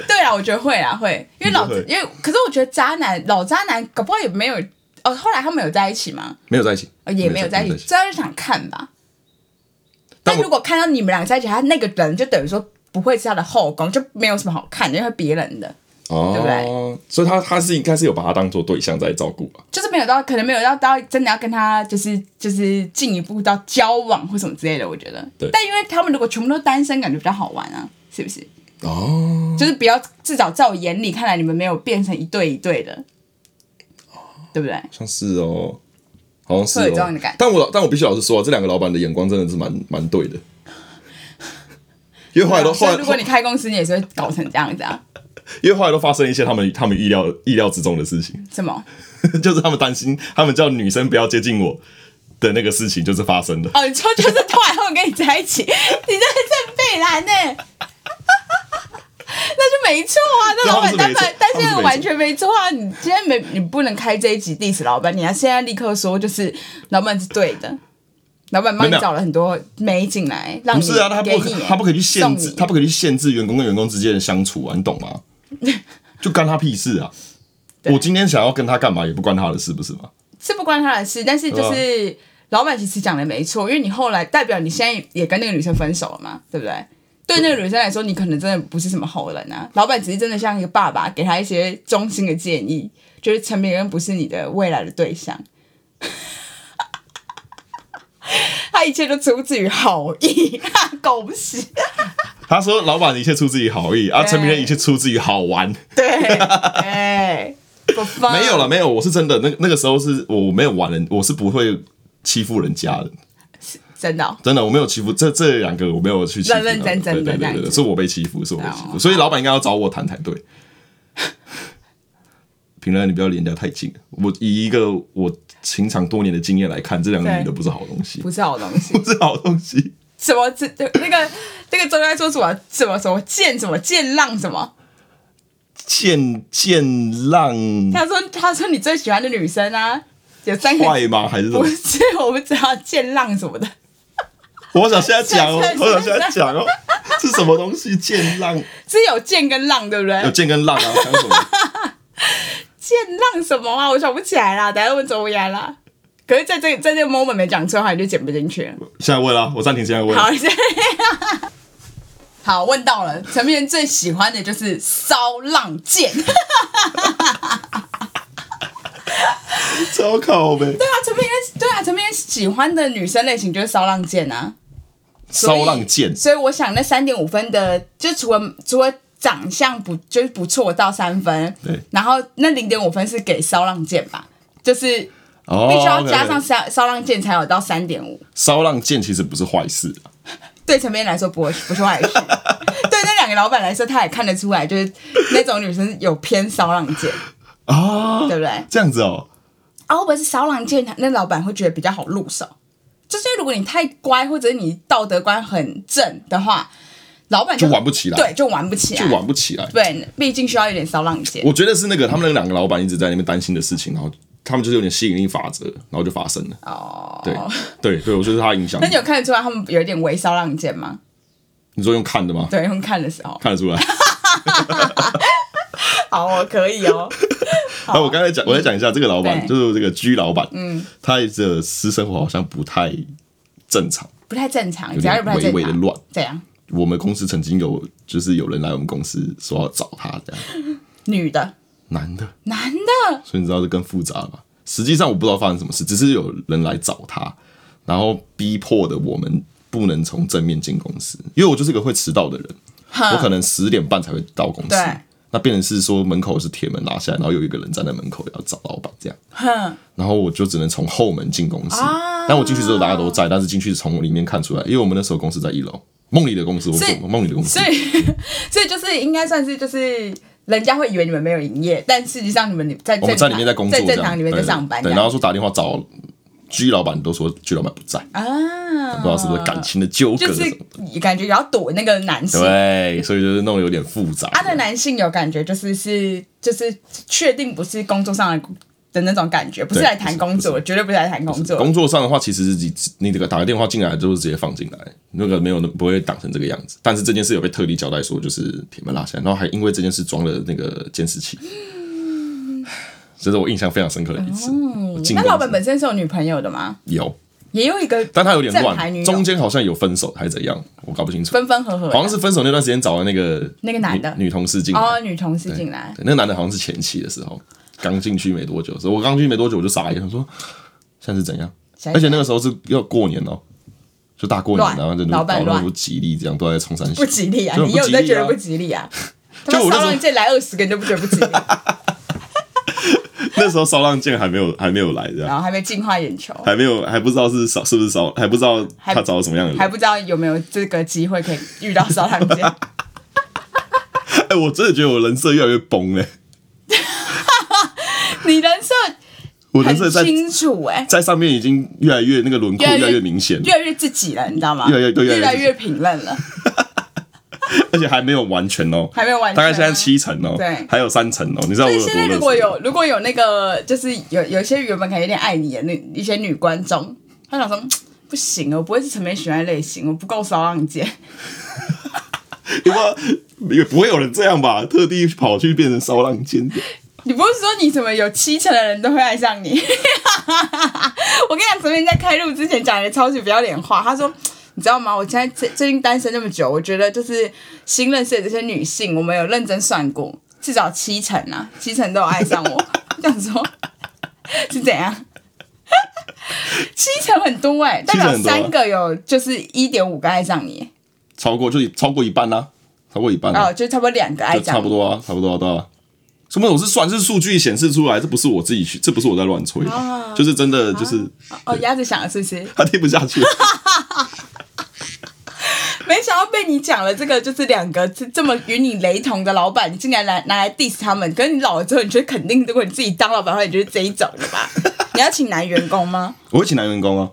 [SPEAKER 2] 对啊，我觉得会啊，会，因为老
[SPEAKER 1] 你觉得会
[SPEAKER 2] 因为可是我觉得渣男老渣男搞不好也没有哦，后来他们有在一起吗？
[SPEAKER 1] 没有在一起，
[SPEAKER 2] 哦，也没有在一起，所以他就想看吧。
[SPEAKER 1] 但
[SPEAKER 2] 但
[SPEAKER 1] 我
[SPEAKER 2] 如果看到你们俩在一起，他那个人就等于说不会是他的后宫，就没有什么好看的，因为他别人的。
[SPEAKER 1] 哦，
[SPEAKER 2] 对不
[SPEAKER 1] 所以他他是应该是有把他当做对象在照顾吧？
[SPEAKER 2] 就是没有到，可能没有到到真的要跟他就是就是进一步到交往或什么之类的，我觉得。
[SPEAKER 1] 对
[SPEAKER 2] 但因为他们如果全部都单身，感觉比较好玩啊，是不是？
[SPEAKER 1] 哦，
[SPEAKER 2] 就是不要至少在我眼里看来，你们没有变成一对一对的，
[SPEAKER 1] 哦
[SPEAKER 2] 对不对？
[SPEAKER 1] 像是哦，好像是
[SPEAKER 2] 会有
[SPEAKER 1] 哦
[SPEAKER 2] 这样的感觉
[SPEAKER 1] 但我但我必须老实说、啊，这两个老板的眼光真的是蛮蛮对的，因为后来都后
[SPEAKER 2] 啊所以
[SPEAKER 1] 来
[SPEAKER 2] 如果你开公司，你也是会搞成这样子啊？
[SPEAKER 1] 因为后来都发生一些他们他们意料意料之中的事情， (laughs)
[SPEAKER 2] 什么？
[SPEAKER 1] 就是他们担心他们叫女生不要接近我的那个事情就是发生了。
[SPEAKER 2] 哦，你说就是突然会跟你在一起， (laughs) 你这是被拦呢、那就没错啊，那老板
[SPEAKER 1] 那他们是没
[SPEAKER 2] 当然
[SPEAKER 1] 错，
[SPEAKER 2] 但
[SPEAKER 1] 他们是没
[SPEAKER 2] 现在
[SPEAKER 1] 错
[SPEAKER 2] 完全没错啊！你今天没，你不能开这一集 diss 老板，你要现在立刻说，就是老板是对的，老板帮你
[SPEAKER 1] 没有
[SPEAKER 2] 找了很多美景来，让
[SPEAKER 1] 不
[SPEAKER 2] 你
[SPEAKER 1] 是啊，他
[SPEAKER 2] 给
[SPEAKER 1] 不
[SPEAKER 2] 你
[SPEAKER 1] 他不可以去限制
[SPEAKER 2] 送，你
[SPEAKER 1] 他不可以去限制员工跟员工之间的相处啊，你懂
[SPEAKER 2] (laughs)
[SPEAKER 1] 吗？就干他屁事啊！
[SPEAKER 2] 对
[SPEAKER 1] 我今天想要跟他干嘛也不关他的事，不是吗？
[SPEAKER 2] 是不关他的事，但是
[SPEAKER 1] 嗯
[SPEAKER 2] 就是老板其实讲的没错，因为你后来代表你现在也跟那个女生分手了嘛，对不对？对那个女生来说，你可能真的不是什么好人啊。老板只是真的像一个爸爸，给她一些衷心的建议，就是陈明恩不是你的未来的对象， (laughs) 他一切都出自于好意，狗屎。
[SPEAKER 1] 他说：“老板，一切出自于好意啊，
[SPEAKER 2] 对
[SPEAKER 1] 陈明仁一切出自于好玩。
[SPEAKER 2] 对， (laughs) 哎，不”放
[SPEAKER 1] 没有了，，没有，我是真的，那那个时候是我没有玩人，我是不会欺负人家的，
[SPEAKER 2] 真的哦、
[SPEAKER 1] 真的，我没有欺负这这两个，我没有去欺负他们，
[SPEAKER 2] 认认真真的
[SPEAKER 1] 对对
[SPEAKER 2] 这样
[SPEAKER 1] 对
[SPEAKER 2] 子
[SPEAKER 1] 对对，是我被欺负，是我被欺
[SPEAKER 2] 哦
[SPEAKER 1] 负，所以老板应该要找我谈才对。评论你不要离人家太近，我以一个我情场多年的经验来看，这两个
[SPEAKER 2] 对
[SPEAKER 1] 女的不是好东西，
[SPEAKER 2] 不是好东西。
[SPEAKER 1] 不是好东西。
[SPEAKER 2] 什么这那个那个周该说什么什么什么剑什么剑浪什么？
[SPEAKER 1] 见见浪
[SPEAKER 2] 他说他说你最喜欢的女生啊，有三个
[SPEAKER 1] 坏吗？还是什么
[SPEAKER 2] 不？是我不知道剑浪什么的，
[SPEAKER 1] 我想现在讲
[SPEAKER 2] (laughs)
[SPEAKER 1] 哦，
[SPEAKER 2] 是是
[SPEAKER 1] 我想现在讲哦，是什么东西？见浪
[SPEAKER 2] 是有剑跟浪对不
[SPEAKER 1] 有
[SPEAKER 2] 对？
[SPEAKER 1] 见跟浪啊，还有什么？
[SPEAKER 2] 剑浪什么啊？我想不起来啦，等下问周薇安啦。可是在这在这个 moment 没讲出来，你就剪不进去了。
[SPEAKER 1] 现在问啦，我暂停，现在问。
[SPEAKER 2] 好， (laughs) 这好问到了，陈明仁最喜欢的就是骚浪
[SPEAKER 1] (laughs)
[SPEAKER 2] 剑。
[SPEAKER 1] 超考呗。
[SPEAKER 2] 对啊，陈明仁对啊，陈明仁喜欢的女生类型就是骚浪剑啊。所以
[SPEAKER 1] 骚浪剑
[SPEAKER 2] 所以我想那三点五分的，就除了除了长相不就是不错到三分，
[SPEAKER 1] 对
[SPEAKER 2] 然后那零点五分是给骚浪剑吧，就是
[SPEAKER 1] 哦，
[SPEAKER 2] 必须要加上
[SPEAKER 1] OK，OK
[SPEAKER 2] 骚骚浪剑才有到三点五。
[SPEAKER 1] 骚浪剑其实不是坏事啊，
[SPEAKER 2] 对陈明来说不不是
[SPEAKER 1] (laughs)
[SPEAKER 2] 坏事，对那两个老板来说，他也看得出来，就是那种女生有偏骚浪
[SPEAKER 1] (laughs)
[SPEAKER 2] 剑，
[SPEAKER 1] 啊
[SPEAKER 2] 对不对？
[SPEAKER 1] 这样子哦，
[SPEAKER 2] 啊，会不会是骚浪剑？那老板会觉得比较好入手。就是因为如果你太乖，或者是你道德观很正的话，老板
[SPEAKER 1] 就玩不起来
[SPEAKER 2] 对，就玩不起来，
[SPEAKER 1] 就玩不起来。
[SPEAKER 2] 对，毕竟需要一点骚浪姐。
[SPEAKER 1] 我觉得是那个他们那两个老板一直在那边担心的事情，然后他们就是有点吸引力法则，然后就发生了。
[SPEAKER 2] 哦，
[SPEAKER 1] 对对对，我觉得是他的影响
[SPEAKER 2] 那。你有看得出来他们有一点微骚浪姐吗？
[SPEAKER 1] 你说用看的吗？
[SPEAKER 2] 对，用看的时候，
[SPEAKER 1] 看得出来。
[SPEAKER 2] 好哦，可以哦。
[SPEAKER 1] (laughs) 那哎我刚才讲，我再讲一下这个老板，
[SPEAKER 2] 对
[SPEAKER 1] 就是这个居老板，嗯，他的私生活好像不太正常，
[SPEAKER 2] 不太正常，
[SPEAKER 1] 有
[SPEAKER 2] 只要是
[SPEAKER 1] 点
[SPEAKER 2] (laughs) 不
[SPEAKER 1] 微
[SPEAKER 2] 太正
[SPEAKER 1] 微的
[SPEAKER 2] 常，
[SPEAKER 1] 乱。
[SPEAKER 2] 怎样？
[SPEAKER 1] 我们公司曾经有就是有人来我们公司说要找他这样，
[SPEAKER 2] 女的，
[SPEAKER 1] 男的，
[SPEAKER 2] 男的， (laughs)
[SPEAKER 1] 所以你知道这更复杂了吧？实际上我不知道发生什么事，只是有人来找他，然后逼迫的我们不能从正面进公司，因为我就是个会迟到的人，我可能十点半才会到公司
[SPEAKER 2] 对。
[SPEAKER 1] 那变成是说门口是铁门拉下来，然后有一个人站在门口要找老板这样，
[SPEAKER 2] 哼，
[SPEAKER 1] 然后我就只能从后门进公司。
[SPEAKER 2] 啊
[SPEAKER 1] 但我进去之后大家都在，但是进去从里面看出来，因为我们那时候公司在一楼，梦里的公司，我们
[SPEAKER 2] 所以
[SPEAKER 1] 说梦里的公司
[SPEAKER 2] 所，以 (laughs) 所以就是应该算是就是。人家会以为你们没有营业，但事实上你们在
[SPEAKER 1] 哦我
[SPEAKER 2] 正
[SPEAKER 1] 们在
[SPEAKER 2] 常
[SPEAKER 1] 里面在工作
[SPEAKER 2] 在
[SPEAKER 1] 这样，
[SPEAKER 2] 正常里面在
[SPEAKER 1] 对
[SPEAKER 2] 上班这
[SPEAKER 1] 对，
[SPEAKER 2] 样，
[SPEAKER 1] 然后说打电话找 G 老板，都说 G 老板不在，
[SPEAKER 2] 啊，
[SPEAKER 1] 不知道是不是感情的纠葛
[SPEAKER 2] 就
[SPEAKER 1] 什么
[SPEAKER 2] 是
[SPEAKER 1] 的。
[SPEAKER 2] 感觉也要躲那个男性。
[SPEAKER 1] 对，所以就是弄得有点复杂。
[SPEAKER 2] 他的男性有感觉，就是是就是确定不是工作上的的那种感觉，不是
[SPEAKER 1] 对
[SPEAKER 2] 来谈工作，绝对不是来谈工作。
[SPEAKER 1] 工作上的话，其实你你这个打个电话进来就是直接放进来，那个没有不会挡成这个样子。但是这件事有被特地交代说，就是铁门拉下来，然后还因为这件事装了那个监视器，这是我印象非常深刻的一次。我进
[SPEAKER 2] 哦那
[SPEAKER 1] 公
[SPEAKER 2] 老
[SPEAKER 1] 司
[SPEAKER 2] 板本身是有女朋友的吗？
[SPEAKER 1] 有，
[SPEAKER 2] 也有一个，
[SPEAKER 1] 但他有点
[SPEAKER 2] 正牌女
[SPEAKER 1] 乱，
[SPEAKER 2] 友
[SPEAKER 1] 中间好像有分手还是怎样，我搞不清楚。
[SPEAKER 2] 分分合合的，
[SPEAKER 1] 好像是分手那段时间找了那个
[SPEAKER 2] 啊那个男的
[SPEAKER 1] 女女同事进来，
[SPEAKER 2] 哦，女同事进来，
[SPEAKER 1] 对，那个男的好像是前期的时候，刚进去没多久，所以我刚进去没多久我就傻眼，我说现在是怎样？
[SPEAKER 2] 想一
[SPEAKER 1] 而且
[SPEAKER 2] 想
[SPEAKER 1] 那个时候是要过年哦、就大过年，
[SPEAKER 2] 乱
[SPEAKER 1] 然后就
[SPEAKER 2] 老板
[SPEAKER 1] 搞
[SPEAKER 2] 乱
[SPEAKER 1] 到不吉利，这样都在冲山
[SPEAKER 2] 不吉利啊！
[SPEAKER 1] 就很
[SPEAKER 2] 你有
[SPEAKER 1] 不吉利
[SPEAKER 2] 在
[SPEAKER 1] 啊
[SPEAKER 2] 觉得不吉利
[SPEAKER 1] (laughs)
[SPEAKER 2] 啊？
[SPEAKER 1] 就
[SPEAKER 2] 他
[SPEAKER 1] 我
[SPEAKER 2] 们
[SPEAKER 1] 那
[SPEAKER 2] 骚
[SPEAKER 1] 时候
[SPEAKER 2] 浪界来二十个你都不觉得不吉
[SPEAKER 1] (laughs)
[SPEAKER 2] 利，
[SPEAKER 1] (laughs) 那时候骚浪剑还没有还没有来，这样
[SPEAKER 2] 然后还没进化眼球，
[SPEAKER 1] 还没有还不知道是骚是不是骚，还不知道
[SPEAKER 2] 还
[SPEAKER 1] 他找了什么样的人
[SPEAKER 2] 还。不知道有没有这个机会可以遇到骚浪界。
[SPEAKER 1] (laughs) 哎、我真的觉得我人设越来越崩嘞、
[SPEAKER 2] 你人设
[SPEAKER 1] 我人设
[SPEAKER 2] 很
[SPEAKER 1] 在
[SPEAKER 2] 清楚哎、
[SPEAKER 1] 在上面已经越来越那个轮廓
[SPEAKER 2] 越来越
[SPEAKER 1] 越来越明显，
[SPEAKER 2] 越来越自己了，你知道吗？
[SPEAKER 1] 越来越对越来
[SPEAKER 2] 越
[SPEAKER 1] 越
[SPEAKER 2] 来越平愣了，
[SPEAKER 1] 而且还没有完全哦、
[SPEAKER 2] 还没有完全
[SPEAKER 1] 大
[SPEAKER 2] 啊。
[SPEAKER 1] 概现在七成哦、
[SPEAKER 2] 对
[SPEAKER 1] 还有三成哦、你知道我有
[SPEAKER 2] 所以
[SPEAKER 1] 多
[SPEAKER 2] 现在如
[SPEAKER 1] 热
[SPEAKER 2] 果
[SPEAKER 1] 血
[SPEAKER 2] 有如果有那个就是有有些原本可能有点爱你的那一些女观众，她想说嗯不行，我不会是陈美喜欢的类型，我不够骚浪姐。
[SPEAKER 1] 不过也不会有人这样吧？特地跑去变成骚浪尖，
[SPEAKER 2] 你不是说你怎么有七成的人都会爱上你？ (laughs) 我跟你讲，昨天在开录之前讲的超级不要脸话，他说。你知道吗？我现在最最近单身那么久，我觉得就是新认识的这些女性，我们有认真算过，至少七成啊，七成都有爱上我。 (laughs) 这样说是怎样？七成很多哎、代表
[SPEAKER 1] 七成很多啊
[SPEAKER 2] 三个有就是一点五个爱上你，
[SPEAKER 1] 超过就超过一半啦、啊超过一半啦、
[SPEAKER 2] 哦，就差不多两个爱
[SPEAKER 1] 嗯就差
[SPEAKER 2] 上
[SPEAKER 1] 不
[SPEAKER 2] 你。
[SPEAKER 1] 多啊，差不多啊，对啊。什么？我是算是数据显示出来，这不是我自己去，这不是我在乱吹的，
[SPEAKER 2] 啊
[SPEAKER 1] 就是真的，就是 (laughs)
[SPEAKER 2] 哦，鸭子想了是不是？
[SPEAKER 1] 他听不下去。
[SPEAKER 2] 没想到被你讲了这个，就是两个这这么与你雷同的老板，你竟然来拿来 diss 他们。可是你老了之后，你觉得肯定，如果你自己当老板的话，你就是这一种
[SPEAKER 1] (laughs)
[SPEAKER 2] 的吧？你要请男员工吗？
[SPEAKER 1] 我会请男员工啊，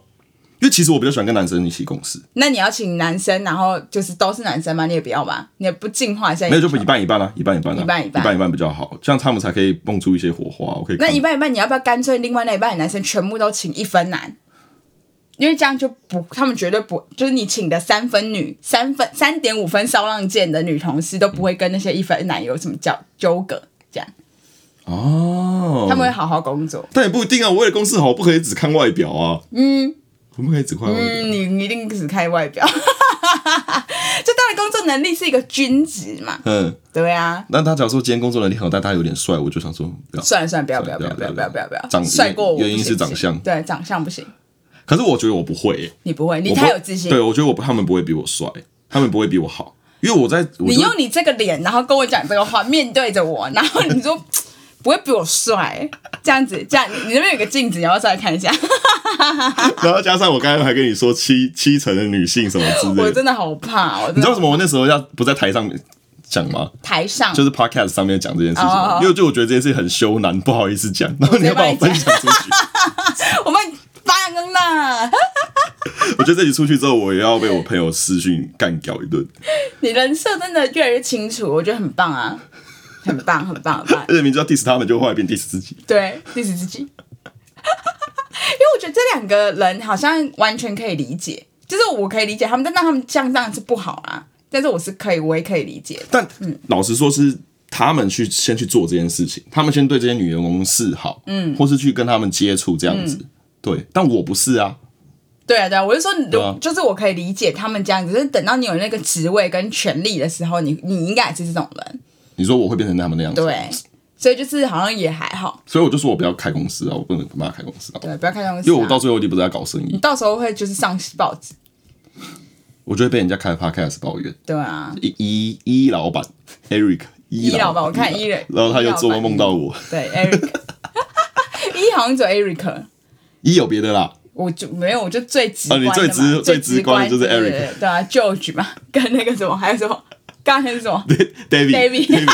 [SPEAKER 1] 因为其实我比较喜欢跟男生一起共事，
[SPEAKER 2] 那你要请男生，然后就是都是男生吗？你也不要吧？你也不进化一下？
[SPEAKER 1] 没有就一半一半啊啦、一半一半啦、
[SPEAKER 2] 一半一
[SPEAKER 1] 一
[SPEAKER 2] 半
[SPEAKER 1] 半一半比较好，这样他们才可以蹦出一些火花。我可以
[SPEAKER 2] 那
[SPEAKER 1] 看
[SPEAKER 2] 一半一半，你要不要干脆另外那一半的男生全部都请一分男？因为这样就不，他们绝对不，就是你请的三分女、三分三点五分骚浪贱的女同事都不会跟那些一分男有什么叫纠葛，这样
[SPEAKER 1] 哦，
[SPEAKER 2] 他们会好好工作。
[SPEAKER 1] 但也不一定啊。我为了公司好，不可以只看外表啊。嗯，我们可以只看外表。
[SPEAKER 2] 嗯，你你一定只看外
[SPEAKER 1] (laughs)
[SPEAKER 2] 表，就他的工作能力是一个均值嘛？
[SPEAKER 1] 嗯，
[SPEAKER 2] 对啊，
[SPEAKER 1] 那他假如说今天工作能力很好，但他有点帅，我就想说不要。
[SPEAKER 2] 算了算了，不要不
[SPEAKER 1] 算
[SPEAKER 2] 要
[SPEAKER 1] 了
[SPEAKER 2] 不要不要不
[SPEAKER 1] 不
[SPEAKER 2] 要
[SPEAKER 1] 要
[SPEAKER 2] 不要不要，
[SPEAKER 1] 长
[SPEAKER 2] 帅过我
[SPEAKER 1] 原因
[SPEAKER 2] 不行
[SPEAKER 1] 是
[SPEAKER 2] 不行
[SPEAKER 1] 长相
[SPEAKER 2] 对长相不行，
[SPEAKER 1] 可是我觉得我不会耶、
[SPEAKER 2] 你不会，你
[SPEAKER 1] 我不
[SPEAKER 2] 太有自信
[SPEAKER 1] 对，。我觉得我不他们不会比我帅，他们不会比我好，因为我在我
[SPEAKER 2] 你
[SPEAKER 1] 就
[SPEAKER 2] 用你这个脸，然后跟我讲这个话，面对着我，然后你说 (laughs) 不会比我帅，这样子，这样你你那边有个镜子，你要不要再来看一下？
[SPEAKER 1] 然后加上我刚刚还跟你说七七成的女性什么之
[SPEAKER 2] 我
[SPEAKER 1] 类的，
[SPEAKER 2] 真的好怕，我真
[SPEAKER 1] 你知道为
[SPEAKER 2] 的
[SPEAKER 1] 什么？我那时候要不在台上讲吗？
[SPEAKER 2] 台上
[SPEAKER 1] 就是 podcast 上面讲这件事情
[SPEAKER 2] 哦哦哦
[SPEAKER 1] 因为就我觉得这件事情很羞难，不好意思讲，然后你要把我分享出去， (laughs)
[SPEAKER 2] 我们棒啦，
[SPEAKER 1] 我觉得这集出去之后，我也要被我朋友私讯干掉一顿，
[SPEAKER 2] 你人设真的越来越清楚，我觉得很棒啊，很棒很棒很棒。
[SPEAKER 1] 而且明知道 diss 他们，就后来变 diss 自己。
[SPEAKER 2] 对，diss 自己。因为我觉得这两个人好像完全可以理解，就是我可以理解他们，但让他们这样当然是不好啦。但是我是可以，我也可以理解的。
[SPEAKER 1] 但老实说，是他们去先去做这件事情，他们先对这些女
[SPEAKER 2] 嗯
[SPEAKER 1] 员工示好，嗯，或是去跟他们接触这样子，对。但我不是啊，
[SPEAKER 2] 对啊，对啊，我就说，
[SPEAKER 1] 对啊
[SPEAKER 2] 就是我可以理解他们这样，只是等到你有那个职位跟权利的时候，你你应该也是这种人，
[SPEAKER 1] 你说我会变成他们那样子，
[SPEAKER 2] 对，所以就是好像也还好，
[SPEAKER 1] 所以我就说我不要开公司啊，我不能他妈开公司啊，
[SPEAKER 2] 对，不要看这种、啊，
[SPEAKER 1] 因为我到最后一定不是在搞生意，
[SPEAKER 2] 到时候会就是啊上报纸，
[SPEAKER 1] 我就会被人家开 podcast 抱怨。
[SPEAKER 2] 对啊，
[SPEAKER 1] 一一一老板 Eric 一
[SPEAKER 2] 一老板我看一人
[SPEAKER 1] 然后他又做梦梦到我，
[SPEAKER 2] 对，Eric，一好像只有 Eric，
[SPEAKER 1] 一有别的啦，
[SPEAKER 2] 我就没有，我就最直观的
[SPEAKER 1] 啊
[SPEAKER 2] 嘛、
[SPEAKER 1] 你最直
[SPEAKER 2] 最
[SPEAKER 1] 最直观的就是
[SPEAKER 2] 直观
[SPEAKER 1] Eric
[SPEAKER 2] 对对对对啊，George 嘛，跟那个什么，还有什么，刚才
[SPEAKER 1] (laughs)
[SPEAKER 2] 是什么
[SPEAKER 1] David
[SPEAKER 2] David，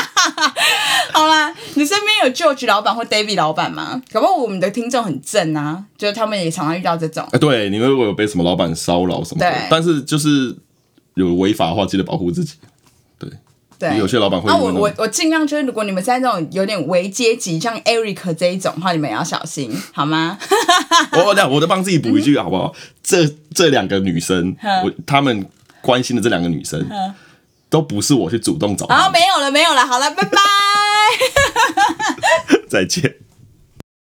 [SPEAKER 2] 好啦，你身边有 George 老板或 David 老板吗？搞不好我们的听众很正啊，就是他们也常常遇到这种。
[SPEAKER 1] 啊，对，你们如果有被什么老板骚扰什么的
[SPEAKER 2] 对，
[SPEAKER 1] 但是就是有违法的话，记得保护自己。
[SPEAKER 2] 对，
[SPEAKER 1] 有些老板会哦
[SPEAKER 2] 那
[SPEAKER 1] 有
[SPEAKER 2] 我
[SPEAKER 1] 那种
[SPEAKER 2] 我我尽量就是，如果你们在那种有点微阶级，像 Eric 这一种的话，你们也要小心，好吗？
[SPEAKER 1] 我哦我我再帮自己补一句好不好？这这两个女生，我她们关心的这两个女生，都不是
[SPEAKER 2] 啊
[SPEAKER 1] 我去主动找
[SPEAKER 2] 好，
[SPEAKER 1] 她们。
[SPEAKER 2] 没有了，没有了，好了，拜拜。
[SPEAKER 1] 再见。